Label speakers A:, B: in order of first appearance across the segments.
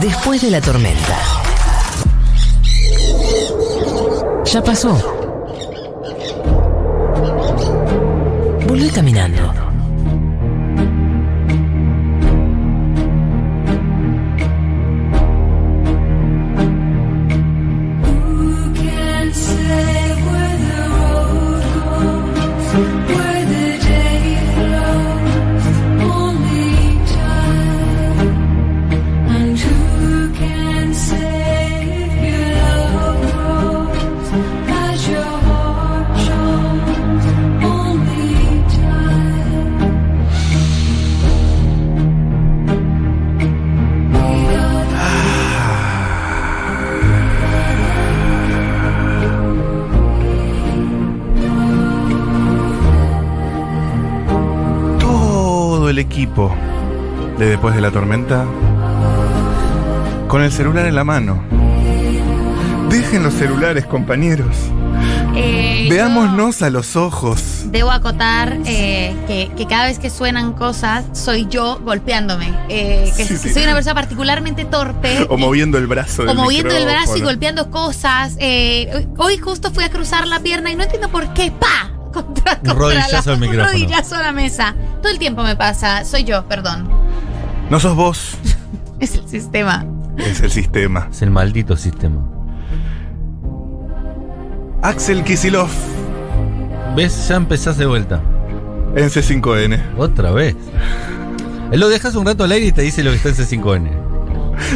A: Después de la tormenta. Ya pasó. Volvé caminando.
B: todo el equipo de Después de la Tormenta con el celular en la mano. Dejen los celulares, compañeros.
C: Eh, yo
B: Veámonos a los ojos.
C: Debo acotar eh, que, que cada vez que suenan cosas soy yo golpeándome. Eh, que
B: Sí,
C: que
B: sí.
C: Soy una persona particularmente torpe.
B: O moviendo el brazo del
C: o moviendo el brazo y
B: micrófono.
C: golpeando cosas. Eh, hoy- hoy justo fui a cruzar la pierna y no entiendo por qué. ¡Pa! Contra, contra
D: rodillazo
C: la,
D: al micrófono.
C: un rodillazo a la mesa. Todo el tiempo me pasa. Soy yo, perdón.
B: No sos vos,
C: Es el sistema.
B: es el sistema.
D: Es el maldito sistema.
B: Axel Kisilov
D: ¿Ves? Ya empezás de vuelta.
B: en C5N.
D: Otra vez. Lo dejas un rato al aire y te dice lo que está en C5N.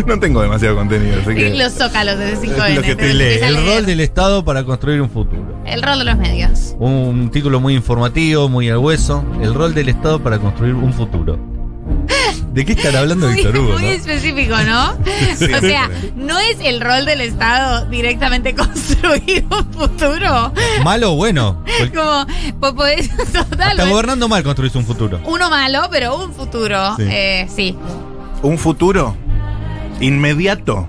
B: No tengo demasiado contenido, así que.
C: Y los zócalos de 5
B: Lo que te lee,
D: El rol del Estado para construir un futuro.
C: el rol de los medios.
D: Un título muy informativo, muy al hueso. El rol del Estado para construir un futuro. ¿De qué estará hablando
C: Muy,
D: Víctor Hugo?
C: muy
D: no?
C: específico, ¿no?
B: Sí,
C: o sea,
B: siempre.
C: no es el rol del Estado directamente construir un futuro.
D: ¿Malo o bueno? Cual-
C: Como, pues podés- total,
D: Hasta
C: pues,
D: gobernando mal construís un futuro.
C: uno malo, pero un futuro.
D: Sí.
C: Eh, sí.
B: Un futuro inmediato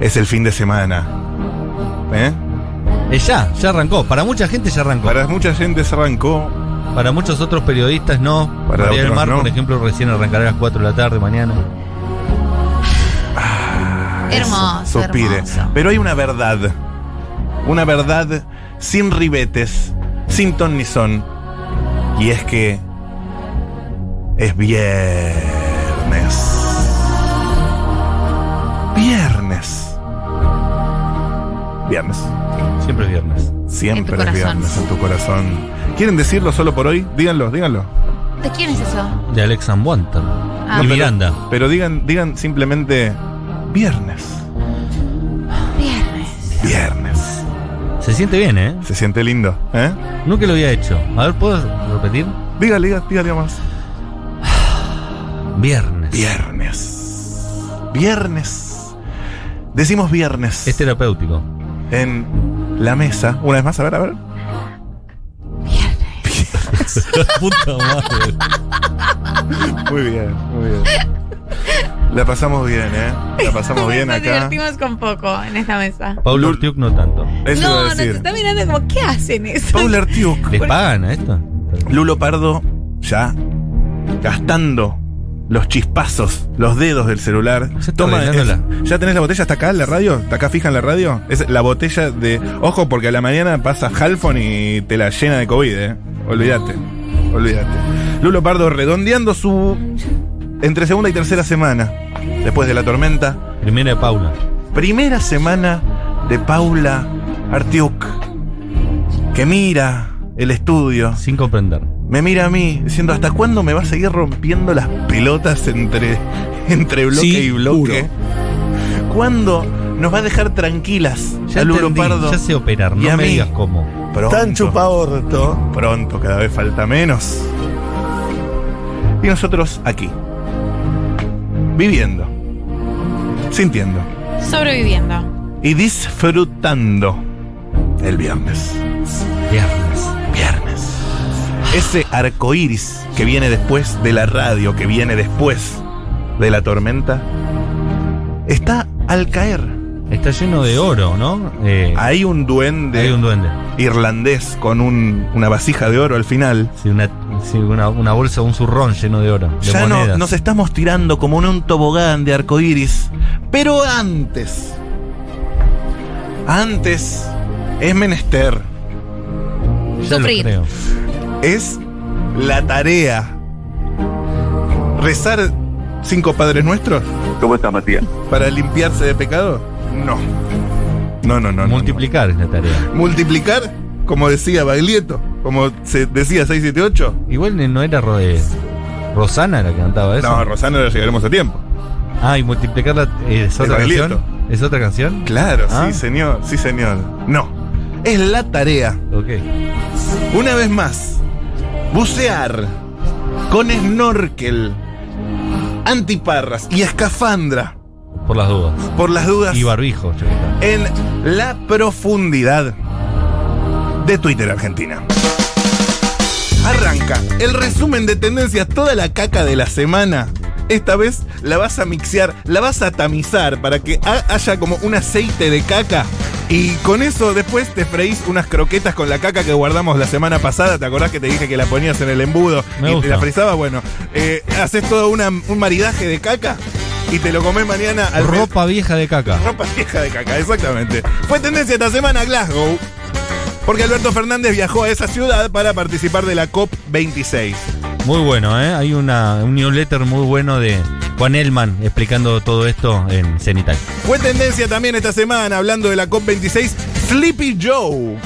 B: es el fin de semana. ¿Eh?
D: Eh, ya, ya arrancó. Para mucha gente ya arrancó.
B: Para mucha gente se arrancó.
D: Para muchos otros periodistas no.
B: Para
D: María del
B: otros
D: Mar,
B: no.
D: por ejemplo, recién arrancará a las 4 de la tarde mañana.
B: Ah,
C: Hermoso.
B: Suspire.
C: Ah, hermoso.
B: Pero hay una verdad. Una verdad sin ribetes, sin ton ni son. Y es que es viernes. Viernes. Viernes.
D: Siempre es viernes.
B: Siempre
C: En tu
B: es
C: corazón.
B: viernes en tu corazón. ¿Quieren decirlo solo por hoy? Díganlo, díganlo.
C: ¿De quién es eso?
D: De Alex and Wanton.
C: Ah.
D: y
C: No, pero-
D: Miranda.
B: Pero digan, digan simplemente viernes.
C: Viernes.
B: Viernes.
D: Se siente bien, ¿eh?
B: Se siente lindo, ¿eh?
D: Nunca lo había hecho. A ver, ¿puedo repetir?
B: Dígale, diga- dígale más.
D: Viernes.
B: Viernes. Viernes. Decimos viernes.
D: Es terapéutico.
B: En la mesa. Una vez más, a ver, a ver.
C: Viernes.
D: Puta madre.
B: Muy bien, muy bien. La pasamos bien, ¿eh? La pasamos bien
C: Nos
B: acá.
C: divertimos con poco en esta mesa.
D: Pablo
B: Lul-
D: Urtiuk no tanto.
B: Eso iba a
C: no, nos
B: decir.
C: está mirando como, ¿qué hacen eso?
B: Paula Artiuk.
D: ¿Les pagan a esto?
B: Lulo Pardo ya gastando los chispazos, los dedos del celular.
D: está arreglándola.
B: ¿Ya tenés la botella hasta acá en la radio? ¿Está acá fija en la radio? Es la botella de. Ojo, porque a la mañana pasa Halfon y te la llena de COVID, ¿eh? Olvídate. Olvídate. Lulo Pardo redondeando su. Entre segunda y tercera semana. Después de la tormenta.
D: Primera de Paula.
B: Primera semana de Paula Artiuk. Que mira el estudio.
D: Sin comprender.
B: Me mira a mí, diciendo, ¿hasta cuándo me va a seguir rompiendo las pelotas entre, entre bloque
D: Sí,
B: y bloque? ¿Cuándo nos va a dejar tranquilas
D: Ya
B: al Luro
D: entendí,
B: Pardo?
D: Ya sé operar.
B: Y
D: No
B: a
D: me
B: mí.
D: digas cómo.
B: Pronto,
E: Tan chupaorto.
B: pronto, cada vez falta menos. Y nosotros aquí, viviendo, sintiendo
C: Sobreviviendo.
B: y disfrutando el viernes.
D: Viernes.
B: viernes. Ese arco iris que viene después de la radio, que viene después de la tormenta, está al caer.
D: Está lleno de oro, ¿no? Eh,
B: Hay un duende
D: hay un duende.
B: irlandés con un- una vasija de oro al final.
D: Sí, una, Sí, una, una bolsa, un zurrón lleno de oro. De
B: Ya no-
D: monedas.
B: nos estamos tirando como en un tobogán de arcoíris. Pero antes. Antes es menester.
D: Ya lo
C: Sufrir.
D: creo.
B: Es la tarea. ¿Rezar cinco padres nuestros
E: ¿Cómo estás, Matías?
B: para limpiarse de pecado? No. No, no, no. no, no.
D: Multiplicar es la tarea.
B: Multiplicar, como decía Baglietto, como se decía 678.
D: Igual ni- no era Ro- eh, Rosana la que cantaba eso.
B: No, Rosana la llegaremos a tiempo.
D: Ah, y multiplicar la, eh, es
B: El
D: otra
B: Baglietto.
D: canción. ¿Es otra canción?
B: Claro,
D: Ah.
B: sí, señor, sí, señor. No. Es la tarea.
D: Ok.
B: Una vez más, bucear con snorkel, antiparras y escafandra,
D: Por las dudas.
B: por las dudas,
D: Y barbijo, yo creo.
B: en la profundidad de Twitter Argentina. Arranca el resumen de tendencias, toda la caca de la semana. Esta vez la vas a mixear, la vas a tamizar para que ha- haya como un aceite de caca. Y con eso después te freís unas croquetas con la caca que guardamos la semana pasada. ¿Te acordás que te dije que la ponías en el embudo
D: Me
B: y
D: gusta.
B: te la frizabas? Bueno, eh, haces todo una- un maridaje de caca y te lo comés mañana al mes-
D: Ropa vieja de caca.
B: Ropa vieja de caca, exactamente. Fue tendencia esta semana a Glasgow. Porque Alberto Fernández viajó a esa ciudad para participar de la COP26.
D: Muy bueno, ¿eh? Hay una, un newsletter muy bueno de Juan Elman explicando todo esto en Cenital.
B: Fue tendencia también esta semana, hablando de la COP26, Sleepy Joe.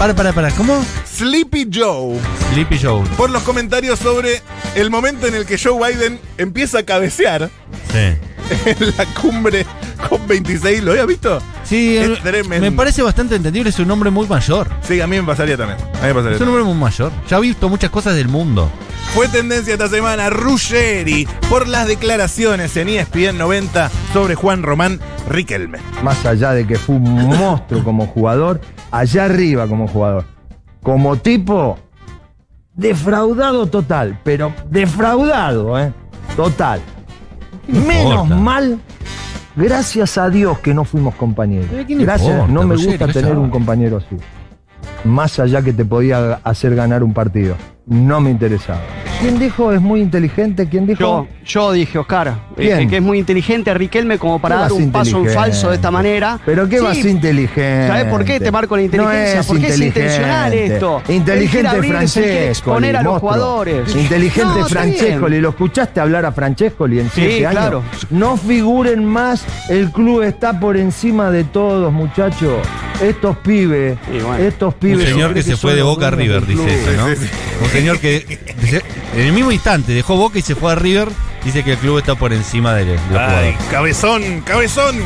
D: Para, para, para. ¿Cómo?
B: Sleepy Joe.
D: Sleepy Joe.
B: Por los comentarios sobre el momento en el que Joe Biden empieza a cabecear
D: Sí.
B: en la cumbre COP26. ¿Lo habías visto?
D: Sí,
B: Es
D: el-
B: tremendo.
D: me parece bastante entendible. Es un hombre muy mayor.
B: Sí, a mí me pasaría también. A mí me pasaría
D: Es un hombre muy mayor. Ya ha visto muchas cosas del mundo.
B: Fue tendencia esta semana Ruggeri por las declaraciones en E ESPN 90 sobre Juan Román Riquelme.
F: más allá de que fue un monstruo como jugador, allá arriba como jugador. Como tipo, defraudado total, pero defraudado, ¿eh? Total.
D: ¿Qué le
F: Menos
D: importa?
F: mal, gracias a Dios que no fuimos compañeros.
D: ¿Pero qué le
F: Gracias,
D: importa,
F: no me
D: Ruggeri?
F: gusta
D: Gracias
F: tener
D: a-
F: un compañero así. Más allá que te podía hacer ganar un partido. No me interesaba. ¿Quién dijo es muy inteligente? ¿Quién dijo?
G: Yo, yo dije, Oscar,
F: Bien.
G: eh, que es muy inteligente Riquelme como para
F: ¿Qué
G: dar
F: vas
G: un paso en
F: inteligente?
G: falso de esta manera.
F: Pero qué
G: Sí,
F: vas inteligente.
G: ¿Sabés por qué te marco la inteligencia?
F: No es
G: Porque es
F: inteligente.
G: intencional esto. Él quiere
F: Inteligente
G: abrirse, él quiere
F: Francesco.
G: exponer a los jugadores.
F: Inteligente
G: No, está bien.
F: Francescoli. ¿Lo escuchaste hablar a Francescoli en
G: Sí,
F: 7 años?
G: claro.
F: No figuren más. El club está por encima de todos, muchachos. Estos pibes.
G: Y bueno.
F: Estos
D: Un
F: pibes.
D: señor que se
F: creo
D: fue
F: son
D: de
F: los
D: Boca a
F: dueños
D: River,
F: del
D: dice
F: club.
D: eso, ¿no? Un señor que en el mismo instante dejó Boca y se fue a River. Dice que el club está por encima de, de los
B: Ay,
D: jugadores.
B: cabezón, cabezón.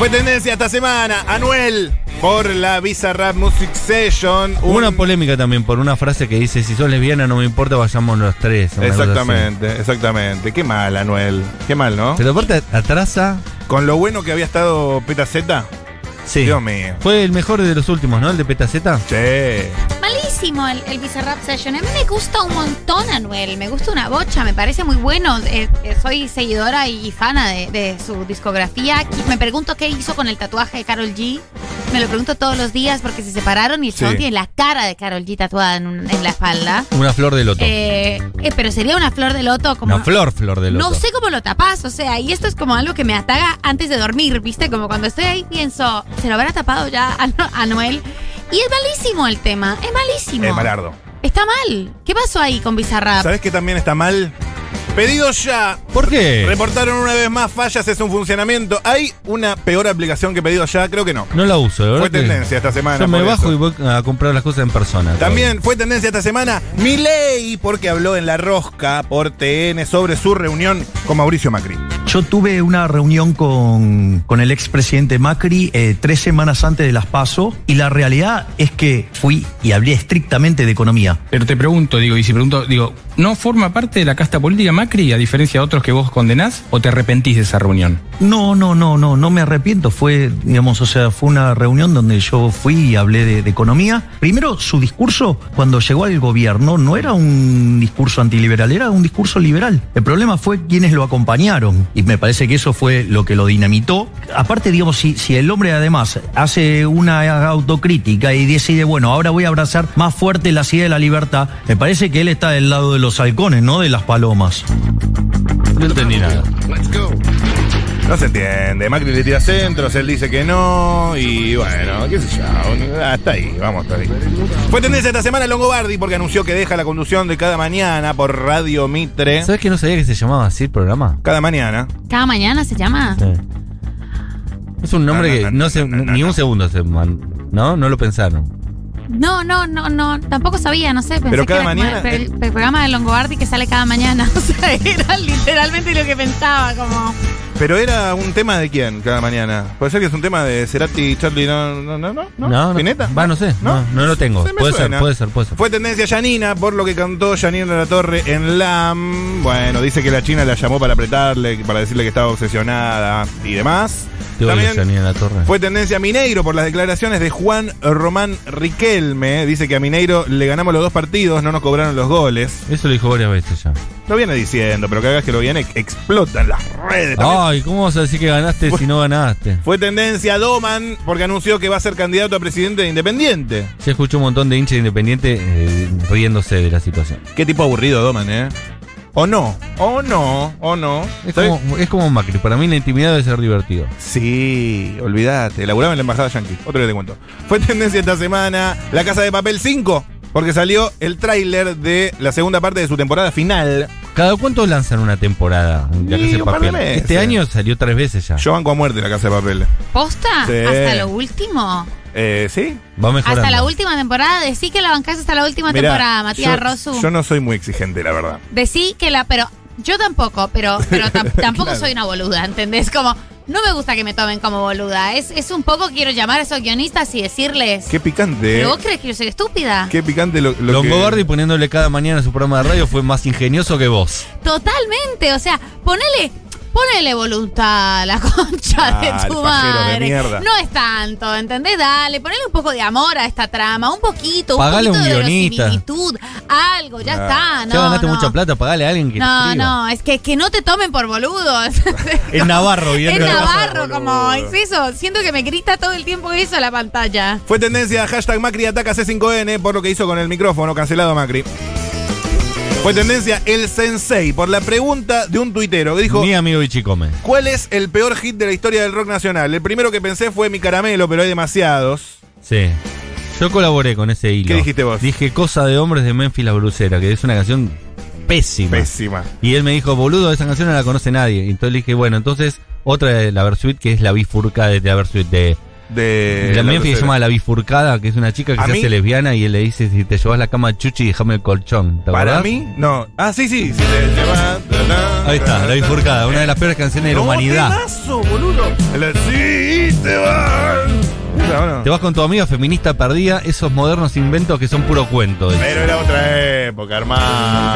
B: Fue tendencia esta semana Anuel por la Visa Rap Music Session.
D: Hubo una
B: Un-
D: polémica también por una frase que dice: Si sos lesbiana, no me importa, vayamos los tres. una cosa así.
B: Exactamente, exactamente. Qué mal, Anuel. Qué mal, ¿no?
D: Pero aparte, atrasa.
B: Con lo bueno que había estado Peta Z.
D: Sí.
B: Dios mío.
D: Fue el mejor de los últimos, ¿no? El de Petaceta.
B: Che.
C: Malísimo el, el Bizarrap Session. A mí me gusta un montón, Anuel. Me gusta una bocha, me parece muy bueno. Eh, eh, soy seguidora y fana de, de su discografía. Qui- Me pregunto qué hizo con el tatuaje de Carol G. Me lo pregunto todos los días porque se separaron y el
B: Sí.
C: chabón tiene la cara de Carol G tatuada en, un- en la espalda.
D: Una flor de loto.
C: Eh, eh, pero sería una flor de loto como.
D: una flor, flor de loto.
C: No sé cómo lo tapás, o sea, y esto es como algo que me ataca antes de dormir, ¿viste? Como cuando estoy ahí pienso, se lo habrá tapado ya a, No- a Noel. Y es malísimo el tema, es malísimo.
B: Eh, Malardo.
C: Está mal. ¿Qué pasó ahí con Bizarrap?
B: ¿Sabés que también está mal? Pedido ya
D: ¿Por qué?
B: Reportaron una vez más fallas es un funcionamiento. ¿Hay una peor aplicación que he pedido allá? Creo que no.
D: No la uso, de verdad.
B: Fue
D: que-
B: tendencia esta semana.
D: Yo me
B: por
D: bajo
B: eso.
D: y voy a comprar las cosas en persona.
B: También fue tendencia esta semana Milei porque habló en La Rosca por TN sobre su reunión con Mauricio Macri.
H: Yo tuve una reunión con, con el expresidente Macri eh, tres semanas antes de las PASO y la realidad es que fui y hablé estrictamente de economía.
I: Pero te pregunto, digo, y si pregunto, digo,
E: ¿No forma parte de la casta política Macri, a diferencia de otros que vos condenás, o te arrepentís de esa reunión?
H: No, no, no, no, no me arrepiento. Fue, digamos, o sea, fue una reunión donde yo fui y hablé de, de economía. Primero, su discurso cuando llegó al gobierno no era un discurso antiliberal, era un discurso liberal. El problema fue quienes lo acompañaron y me parece que eso fue lo que lo dinamitó. Aparte, digamos, si, si el hombre además hace una autocrítica y decide, bueno, ahora voy a abrazar más fuerte la idea de la libertad, me parece que él está del lado de los halcones, no de las palomas.
D: No entendí nada.
B: No se entiende. Macri le tira centros, él dice que no. Y bueno, qué sé yo. Hasta ahí, vamos, hasta ahí. Fue tendencia esta semana Longobardi porque anunció que deja la conducción de cada mañana por Radio Mitre.
D: ¿Sabes que no sabía que se llamaba así el programa?
B: Cada mañana.
C: Cada mañana se llama.
D: Es un nombre
B: No, no, no,
D: que no,
B: no,
D: se,
B: no, no,
D: ni
B: no.
D: un segundo se man- ¿no? No lo pensaron.
C: No, no, no, no. Tampoco sabía, no sé. Pensé
B: Pero
C: que
B: cada
C: era como
B: mañana-
C: El, el- el programa de Longobardi que sale cada mañana. O sea, era literalmente lo que pensaba, como.
B: Pero era un tema de quién cada mañana. Puede ser que es un tema de Cerati, Charlie, no, no, no, no. ¿Pineta?
D: Va, no sé. No, no lo tengo.
B: Se me
D: Puede ser,
B: suena.
D: puede ser, puede ser.
B: Fue tendencia Yanina por lo que cantó Yanina La Torre en LAM. Bueno, dice que la China la llamó para apretarle, para decirle que estaba obsesionada y demás.
D: Te odio,
B: También-
D: Janina La Torre.
B: Fue tendencia Mineiro por las declaraciones de Juan Román Riquelme. Dice que a Mineiro le ganamos los dos partidos, no nos cobraron los goles.
D: Eso lo dijo varias veces ya.
B: Lo viene diciendo, pero cada vez que lo viene explotan las redes. También
D: Ay, ¿cómo vas a decir que ganaste si no ganaste?
B: Fue tendencia Doman porque anunció que va a ser candidato a presidente de Independiente.
D: Se escuchó un montón de hinchas de independiente eh, riéndose de la situación.
B: Qué tipo aburrido Doman, ¿eh? O no, o no, o no.
D: Es
B: ¿Sabes?
D: como, es como Macri. Para mí la intimidad debe ser divertido.
B: Sí, olvídate. Laburaba en la embajada yankee. Otro día te cuento. Fue tendencia esta semana La Casa de Papel 5 porque salió el tráiler de la segunda parte de su temporada final.
D: ¿Cada cuánto lanzan una temporada? Ya que
B: Y
D: se
B: un par de
D: papel.
B: meses.
D: Este año salió tres veces ya.
B: Yo banco a muerte la casa de papel.
C: ¿Posta?
B: Sí.
C: Hasta lo último.
B: Eh, ¿Sí?
D: Va mejorando.
C: Hasta la última temporada. Decí que la bancás hasta la última
B: Mirá,
C: temporada, Matías
B: yo-
C: Rosu.
B: Yo no soy muy exigente, la verdad.
C: Decí que la. Pero yo tampoco, pero, pero tam- tampoco
B: Claro.
C: soy una boluda, ¿entendés? Como. No me gusta que me tomen como boluda. Es, es un poco quiero llamar a esos guionistas y decirles.
B: Qué picante. eh.
C: ¿Pero vos crees que yo soy estúpida?
B: Qué picante lo, lo que...
D: Longobardi poniéndole cada mañana su programa de radio fue más ingenioso que vos.
C: Totalmente, o sea, ponele, ponele voluntad a la concha
B: Dale,
C: de tu
B: pajero de
C: madre.
B: mierda.
C: No es tanto, ¿entendés? Dale, ponele un poco de amor a esta trama, un poquito, un
D: Pagale
C: poquito
D: un
C: de
D: guionista.
C: verosimilitud, algo, ya está, Ah, no.
D: ya ganaste
C: no.
D: mucha plata, pagale a alguien que
C: No,
D: escriba.
C: no, es que, que no te tomen por boludo.
D: Es Navarro, bien.
C: es Navarro, como,
B: boludo.
C: es eso. Siento que me grita todo el tiempo eso a la pantalla.
B: Fue tendencia hashtag Macri ataca C5N por lo que hizo con el micrófono, cancelado Macri. Fue tendencia el Sensei por la pregunta de un tuitero que dijo...
D: Mi amigo Ichicome.
B: ¿Cuál es el peor hit de la historia del rock nacional? El primero que pensé fue Mi Caramelo, pero hay demasiados.
D: Sí. Yo colaboré con ese hilo.
B: ¿Qué dijiste vos?
D: Dije Cosa de Hombres de Memphis La Brucera, que es una canción pésima.
B: Pésima.
D: Y él me dijo, boludo, esa canción no la conoce nadie. Y entonces le dije, bueno, entonces otra de la Versuit, que es la bifurca de la Versuit de...
B: De...
D: la Memphis que
B: tercera.
D: se llama La Bifurcada, que es una chica que
B: Eh, ¿A
D: se
B: mí?
D: hace lesbiana y él le dice, si te llevas la cama chuchi, déjame el colchón. ¿Te
B: ¿Para
D: acordás?
B: mí? No. Ah, sí, sí. Si te llevas-
D: Ahí está, La Bifurcada, una de las peores canciones de la
B: No,
D: humanidad.
B: temazo, boludo. El- Sí, te vas. Era, bueno.
D: Te vas con tu amiga feminista perdida, esos modernos inventos que son puro cuento.
B: Pero era otra época, hermano.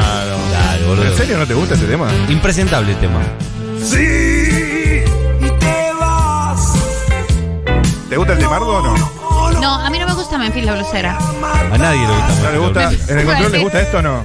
D: Claro, boludo.
B: ¿En serio no te gusta ese tema?
D: Impresentable el tema.
B: Sí. ¿Te gusta el temardo o no?
C: No, a mí no me gusta Memphis la blusera.
D: A nadie le gusta.
B: ¿No le gusta? ¿En el control les gusta esto o no?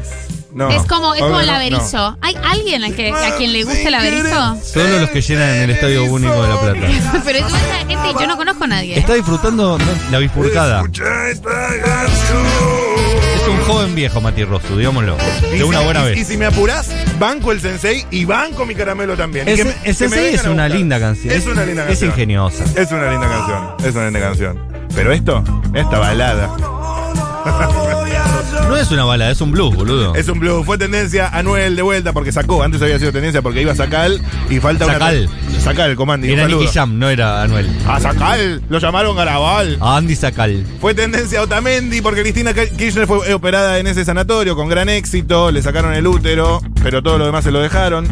B: No.
C: es como, es como
B: Obvio,
C: el
B: no, no.
C: averizo. ¿Hay alguien a, que- a quien le guste el averizo?
D: Solo los que llenan el Estadio Único de La Plata.
C: Pero es esa gente y yo no conozco a nadie.
D: Está disfrutando la bifurcada. Es un joven viejo, Mati Rosu, digámoslo.
B: Y
D: De una
B: si-
D: buena
B: y-
D: vez.
B: Y si me apurás, banco el sensei y banco mi caramelo también. Y
D: Es-
B: que me- que me
D: es, es-
B: vengan
D: es
B: a
D: una
B: buscar.
D: linda canción.
B: Es una linda
D: Es
B: canción.
D: ingeniosa.
B: Es una linda canción. Es una linda canción. Pero esto, esta balada.
D: No es una balada, es un blues, boludo.
B: Es un blues. Fue tendencia Anuel de vuelta porque sacó. Antes había sido tendencia porque iba a Sacal y falta
D: Sacal.
B: una. Sacal, comandi. Un
D: Era Nicky
B: saludo.
D: Jam, no era Anuel.
B: A Sacal. Lo llamaron Garabal.
D: A Andy Sacal.
B: Fue tendencia Otamendi porque Cristina Kirchner fue operada en ese sanatorio con gran éxito. Le sacaron el útero, pero todo lo demás se lo dejaron.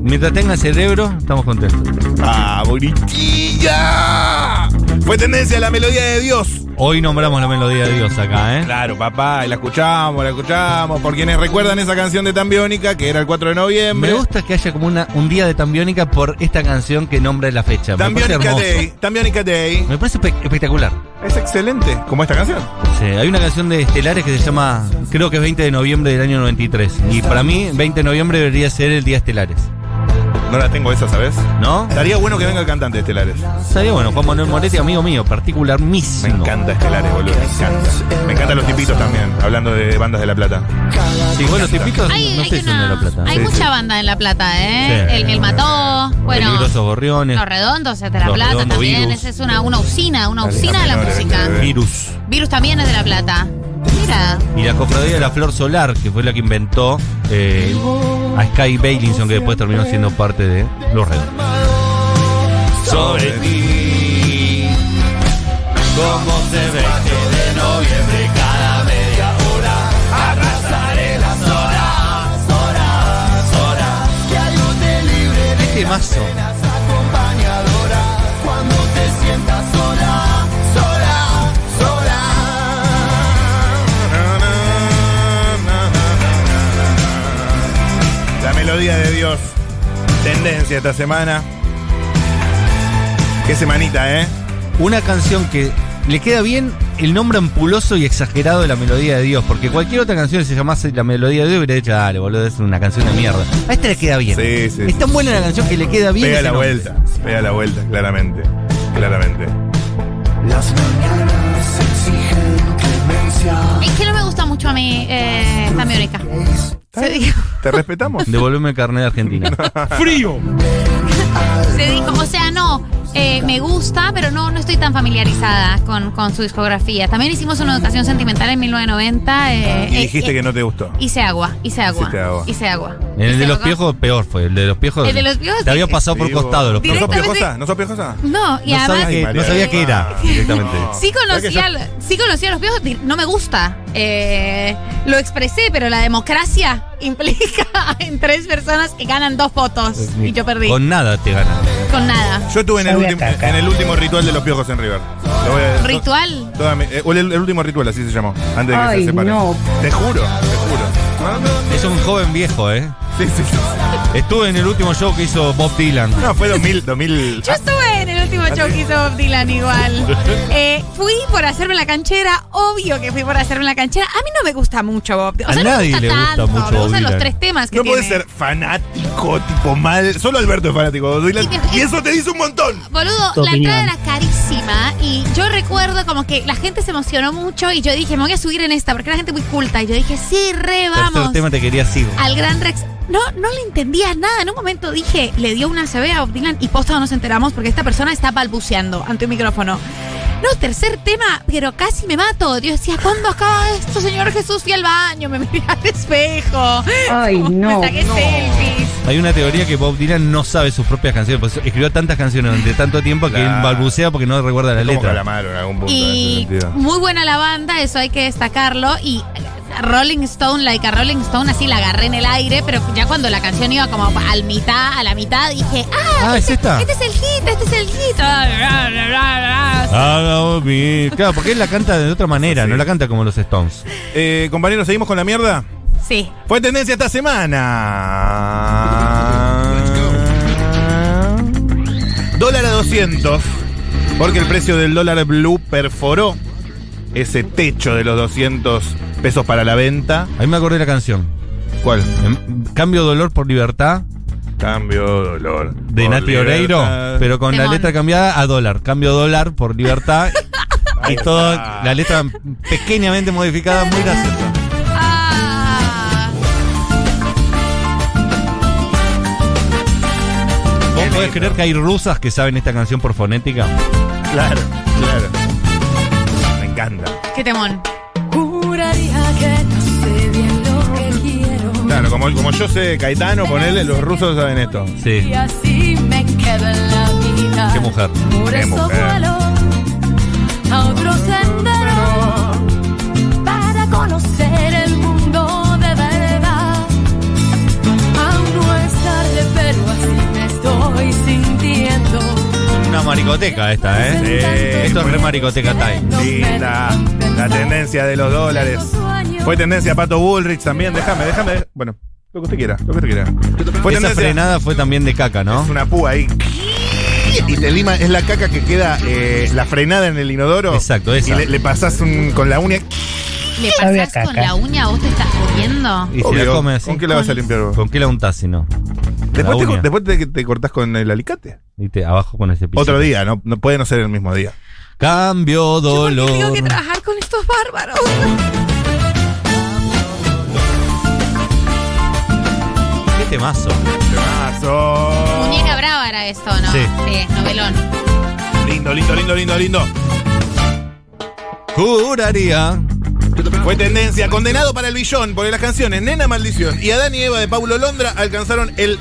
D: Mientras tenga cerebro, estamos contentos.
B: ¡Ah, bonitilla! Fue tendencia la melodía de Dios.
D: Hoy nombramos la melodía de Dios acá, ¿eh?
B: Claro, papá, y la escuchamos, la escuchamos. Por quienes recuerdan esa canción de Tan Biónica, que era el 4 de
D: Me
B: noviembre.
D: gusta que haya como una, un día de Tambiónica por esta canción que nombra la fecha.
B: Tan
D: Me parece
B: Biónica
D: hermoso.
B: Day, Tan Biónica Day.
D: Me parece espe- espectacular.
B: Es excelente, como esta canción.
D: Sí, hay una canción de Estelares que se llama, creo que es 20 de noviembre del año 93. Y para mí, 20 de noviembre debería ser el día Estelares.
B: No la tengo esa, ¿sabes?
D: ¿No?
B: Estaría bueno que venga el cantante de Estelares.
D: Estaría bueno, Juan Manuel Moretti, amigo mío, particular
B: Me encanta Estelares, boludo, me encanta. Me encantan los tipitos también, hablando de bandas de La Plata.
D: Sí, bueno, te invito,
C: Hay,
D: no
C: hay
D: sé si
C: una-
D: son de La Plata.
C: hay
D: Sí,
C: mucha banda en La Plata, ¿eh?
D: Sí.
C: el, el Mató, bueno,
D: Peligrosos gorriones.
C: Los Redondos es de La
D: Los
C: Plata
D: Redondos,
C: también.
D: Virus.
C: Esa es una, una usina, una usina de la
B: Menores,
C: música.
B: este,
D: Virus.
C: Virus también es de La Plata. Mira,
D: Y la cofradía de la Flor Solar, que fue la que inventó eh, a Sky Bailinson, que después terminó siendo parte de Los Redondos. Sobre ti, como se ve de noviembre cada media hora, arrasaré las horas, horas, horas, que hay un libre de temazo.
B: La melodía de Dios. Tendencia esta semana. Qué semanita, ¿eh?
D: Una canción que le queda bien el nombre ampuloso y exagerado de la melodía de Dios, porque cualquier otra canción que se llamase la melodía de Dios hubiera dicho, dale, boludo, es una canción de mierda. A esta le queda bien.
B: Sí, sí,
D: es tan buena la canción que le queda bien.
B: Pega
D: ese
B: la
D: nombre.
B: vuelta. Pega la vuelta, claramente. Claramente.
C: es que no me gusta mucho a mí eh, esta música. Se dijo,
B: ¿Te
C: Eh,
B: respetamos?
D: Devolveme el carnet de Argentina.
C: se dijo, o sea, no, eh, me gusta, pero no, no estoy tan familiarizada con, con su discografía. También hicimos una educación sentimental en 1990. eh,
B: Y
C: eh,
B: dijiste
C: eh,
B: que no te gustó.
C: Hice agua, hice agua,
B: Hiciste agua.
C: hice agua.
D: En el
C: Hice
D: de los
C: agua.
D: piojos, peor fue. El de los piojos.
C: El de los piojos,
D: Te había
C: sí.
D: pasado por
B: Digo,
D: costado los
B: ¿No sos
D: piojos.
C: Directamente-
B: piojosa? ¿No sos piojosa?
C: No, y
D: No
C: además...
D: sabía que-
B: María
D: no sabía
B: del
D: qué era
B: Mar.
D: directamente.
B: No.
C: Sí conocía,
B: ¿Sabes
C: sí conocía a los viejos, di- no me gusta. Eh, lo expresé, pero la democracia implica en tres personas que ganan dos votos. Y yo perdí. Con,
D: Con nada te ganan.
C: nada.
B: Yo estuve en el, último, en el último ritual de los piojos en River. Lo voy a-
C: Ritual.
B: toda mi- eh, o el, el último ritual, así se llamó. Antes de que se separen. Te juro, te juro.
D: Es un joven viejo, ¿eh?
B: Sí, sí, sí.
D: Estuve en el último show que hizo Bob Dylan.
B: No, fue 2000, 2000.
C: Yo estuve en el último show que hizo Bob Dylan igual. Eh, fui por hacerme la canchera, obvio que fui por hacerme la canchera. A mí no me gusta mucho Bob Dylan. O
D: A
C: sea, no
D: nadie
C: me gusta
D: le gusta
C: tanto.
D: mucho
C: me
D: Bob
C: gustan los
D: Dylan.
C: tres temas que
B: No
C: tiene.
B: puedes ser fanático, tipo mal. Solo Alberto es fanático. de Dylan,
C: Y que-
B: y eso te dice un montón.
C: Boludo, la entrada era carísima y yo recuerdo como que la gente se emocionó mucho y yo dije, me voy a subir en esta porque era gente muy culta. Y yo dije, sí, re,
D: Tercer
C: vamos.
D: tema te quería decir.
C: Al Gran Rex. No, no le entendía nada. En un momento dije, le dio una CB a Bob Dylan y posta no nos enteramos porque esta persona está balbuceando ante un micrófono. No, tercer tema, pero casi me mato. Dios decía, ¿cuándo acaba esto, Señor Jesús? Fui al baño, me miré al espejo. Ay, no. Me saqué selfies.
D: Hay una teoría que Bob Dylan no sabe sus propias canciones. Pues escribió tantas canciones durante tanto tiempo que
B: Claro.
D: él balbucea porque no recuerda la
B: Es como
D: letra.
B: Calamaro en algún punto.
C: Y
B: en ese sentido.
C: muy buena la banda, eso hay que destacarlo. Y Rolling Stone, like a Rolling Stone, así la agarré en el aire, pero ya cuando la canción iba como al mitad, a la mitad, dije, ah,
D: Ah, ¿es esta?
C: este es el hit, este es el hit. Ah, bla, bla, bla, bla.
D: Haga mi- Claro, porque él la canta de otra manera,
B: Sí.
D: no la canta como los Stones.
B: Eh, compañeros, ¿seguimos con la mierda?
C: Sí.
B: Fue tendencia esta semana. Dólar a 200. Porque el precio del dólar blue perforó ese techo de los 200 pesos para la venta.
D: Ahí me acordé de la canción.
B: ¿Cuál?
D: Em, Cambio dolor por libertad
B: Cambio dolor.
D: de
B: por
D: Nati Oreiro,
B: libertad.
D: pero con la
C: Temón.
D: letra cambiada a dólar. Cambio dólar por libertad
B: Ahí
D: y todo,
B: está.
D: la letra pequeñamente modificada, muy graciosa.
C: Ah,
D: ¿Vos podés
B: lindo.
D: creer que hay rusas que saben esta canción por fonética?
B: Claro, claro. Me encanta.
C: qué temón.
B: Claro, como, como yo sé Caetano, ponele, los rusos saben esto.
D: Sí,
I: así me quedo en la vida.
D: qué mujer.
I: Por
B: Qué
I: eso
B: mujer.
I: vuelo a otro sendero para conocer el mundo de verdad. Aún no es tarde, pero así me estoy sintiendo.
D: Una maricoteca esta, ¿eh?
B: Sí,
D: Esto es re maricoteca time.
B: Linda. La tendencia de los dólares. Fue tendencia a Pato Bullrich también. Déjame, déjame. Bueno, lo que usted quiera, lo que usted quiera. Fue
D: Esa
B: tendencia.
D: frenada fue también de caca, ¿no?
B: Es una púa ahí. Y te lima, es la caca que queda eh, la frenada en el inodoro.
D: Exacto,
B: Y
D: esa.
B: le, le pasás un- con la uña.
C: ¿Le
A: Sabe a
C: pasás con
A: caca.
C: la uña? ¿Vos te estás cubriendo?
D: Y si la
B: Obvio.
D: come así.
B: ¿Con qué la vas a limpiar vos?
D: ¿Con qué la untás si no?
B: Después,
D: la uña.
B: te, después te, te cortás con el alicate.
D: Y te- abajo con ese piso.
B: Otro día, no, no puede no ser el mismo día.
D: Cambio dolor.
C: trabajar con estos bárbaros.
D: Qué temazo.
C: Muñeca brava era esto, ¿no?
D: Sí.
C: novelón.
B: Lindo, lindo, lindo, lindo, lindo.
D: Juraría.
B: Fue tendencia, condenado para el billón, porque las canciones Nena Maldición y Adán y Eva de Paulo Londra alcanzaron el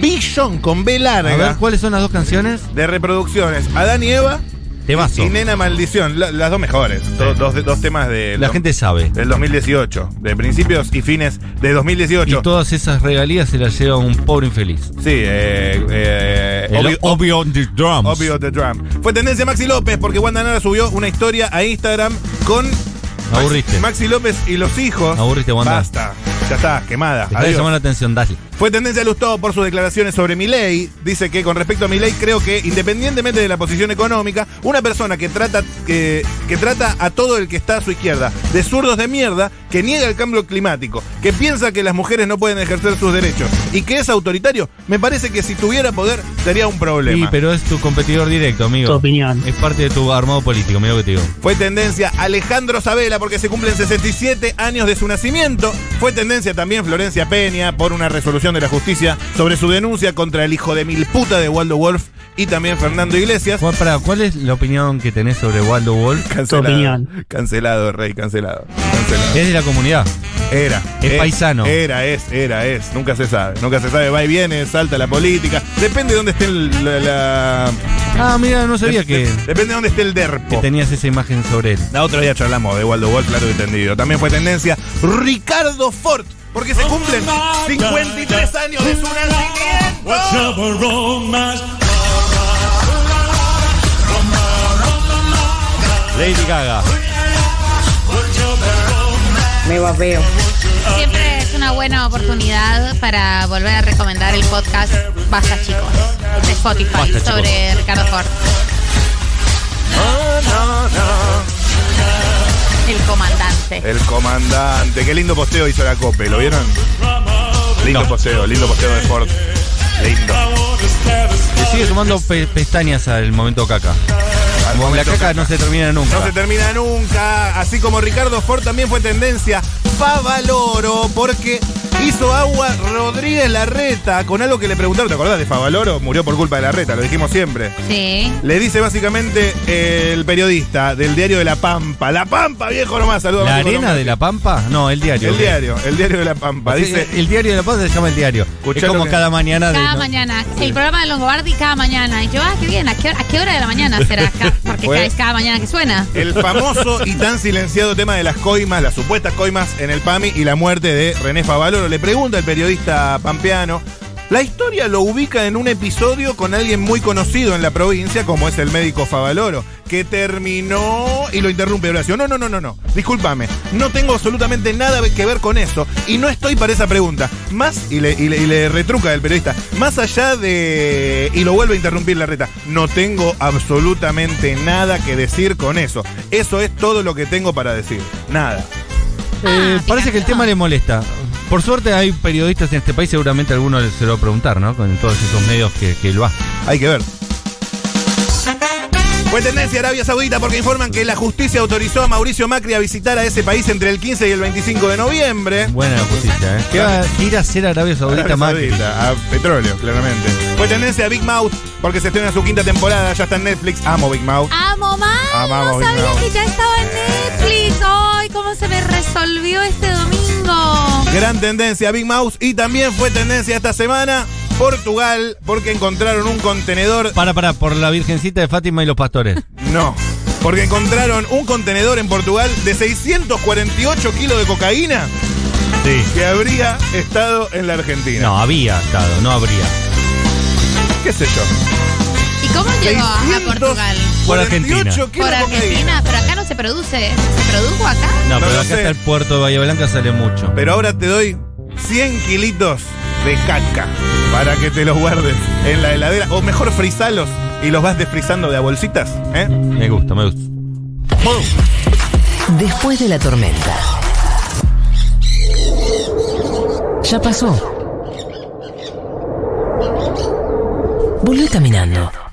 B: billón con B
D: A ver,
B: larga
D: ¿cuáles son las dos canciones?
B: de reproducciones. Adán y Eva
D: Temazo.
B: y Nena Maldición, la- las dos mejores. Do- dos, dos temas de
D: La gente sabe.
B: del 2018, de principios y fines de
D: Y
B: 2018.
D: todas esas regalías se las lleva un pobre infeliz.
B: Sí, eh, eh,
D: El
B: obvio-
D: Obvio on the drums.
B: Obvio the drum. Fue tendencia Maxi López porque Wanda Nara subió una historia a Instagram con
D: Me aburriste.
B: Maxi López y los hijos.
D: Me aburriste, Wanda.
B: Basta. Ya está, quemada.
D: Te está
B: Adiós.
D: llamando la atención, dale.
B: Fue tendencia Lustó por sus declaraciones sobre Milei. Dice que con respecto a Milei creo que independientemente de la posición económica, una persona que trata que, que trata a todo el que está a su izquierda de zurdos de mierda, que niega el cambio climático, que piensa que las mujeres no pueden ejercer sus derechos y que es autoritario, me parece que si tuviera poder sería un
D: Sí,
B: problema.
D: pero es tu competidor directo, amigo. Tu opinión. Es parte de tu armado político, mira lo que te digo.
B: Fue tendencia Alejandro Sabela porque se cumplen 67 años de su nacimiento. Fue tendencia también Florencia Peña por una resolución de la justicia sobre su denuncia contra el hijo de mil puta de Waldo Wolf y también Fernando Iglesias.
D: Juan, pará, ¿cuál es la opinión que tenés sobre Waldo Wolf?
B: Cancelado, cancelado, rey, cancelado. cancelado.
D: Es de la comunidad.
B: Era.
D: Es paisano.
B: Era, es, era, es. Nunca se sabe. Nunca se sabe. Va y viene, salta la política. Depende de dónde esté el- la. la-
D: Ah, mira, no sabía
B: de-
D: que,
B: de- depende de dónde esté el derpo.
D: que tenías esa imagen sobre él.
B: La otra día charlamos de Waldo Wolf, claro y entendido. También fue tendencia Ricardo Ford, porque se cumplen 53 años de su nacimiento.
D: Lady Gaga.
C: Siempre es una buena oportunidad para volver a recomendar el podcast Basta Chicos de Spotify
D: Basta, chicos.
C: sobre Ricardo Ford. El comandante.
B: El comandante, qué lindo posteo hizo la COPE, ¿lo vieron? Lindo posteo, lindo posteo de Ford. Lindo.
D: Le sigue sumando pe- pestañas al momento caca.
B: Al
D: la
B: momento
D: caca no se termina nunca.
B: No se termina nunca, así como Ricardo Ford también fue tendencia Favaloro, porque hizo agua Rodríguez Larreta con algo que le preguntaron, ¿te acordás de Favaloro? Murió por culpa de Larreta, lo dijimos siempre.
C: Sí.
B: Le dice básicamente eh, el periodista del diario de La Pampa. La Pampa, viejo nomás, saludos.
D: ¿La arena de La Pampa? No, el diario.
B: El diario, el diario de La Pampa.
D: Así,
B: Dice,
D: el diario de La Pampa se llama el diario.
B: Escuchá
D: es como
B: lo que-
D: cada mañana de.
C: Cada
D: no-
C: mañana. El programa de Longobardi cada mañana. Y yo, ah, qué bien. ¿A qué hora, a qué hora de la mañana será? Ca- Porque
B: Bueno.
C: cada, es cada mañana que suena.
B: el famoso y tan silenciado tema de las coimas, las supuestas coimas en el PAMI y la muerte de René Favaloro. Le pregunta el periodista pampeano. La historia lo ubica en un episodio con alguien muy conocido en la provincia, como es el médico Favaloro, que terminó y lo interrumpe Horacio. No, no, no, no, no. Discúlpame. No tengo absolutamente nada que ver con eso. Y no estoy para esa pregunta. Más, y le, y le- y le retruca el periodista, más allá de. Y lo vuelve a interrumpir la reta. No tengo absolutamente nada que decir con eso. Eso es todo lo que tengo para decir. Nada.
D: Eh,
C: Ah,
D: parece que el
C: picante.
D: tema le molesta. Por suerte hay periodistas en este país, seguramente alguno se lo va a preguntar, ¿no? Con todos esos medios que, que lo hacen.
B: Hay que ver. Fue tendencia Arabia Saudita porque informan que la justicia autorizó a Mauricio Macri a visitar a ese país entre el 15 y el 25 de noviembre.
D: Buena la justicia, ¿eh? ¿Qué va a ir a hacer Arabia Saudita
B: Arabia
D: Macri?
B: Saudita, a petróleo, claramente. Fue tendencia a Big Mouth porque se estrena su quinta temporada, ya está en Netflix. Amo Big Mouth.
C: Amo más.
B: Amamos,
C: No sabía
B: amamos.
C: que ya estaba en Netflix. Ay, cómo se me resolvió este domingo.
B: Gran tendencia Big Mouth y también fue tendencia esta semana Portugal porque encontraron un contenedor
D: Para, para, por la Virgencita de Fátima y los pastores.
B: No. Porque encontraron un contenedor en Portugal de 648 kilos de cocaína
D: Sí.
B: que habría estado en la Argentina.
D: No, había estado, no habría.
B: ¿Qué sé yo?
C: ¿Y ¿Cómo llegó a Portugal?
D: Por Argentina.
B: 48 kilos
C: Por
B: de cocaína.
C: Argentina, pero acá no se produce. ¿Se produjo acá?
D: No,
B: No
D: pero
B: lo
D: acá
B: sé.
D: está el puerto de Bahía Blanca, sale mucho.
B: Pero ahora te doy 100 kilitos de caca para que te los guardes en la heladera. O mejor, frisalos y los vas desfrizando de a bolsitas. ¿eh?
D: Me gusta, me gusta.
A: Después de la tormenta. Ya pasó. Volvió caminando.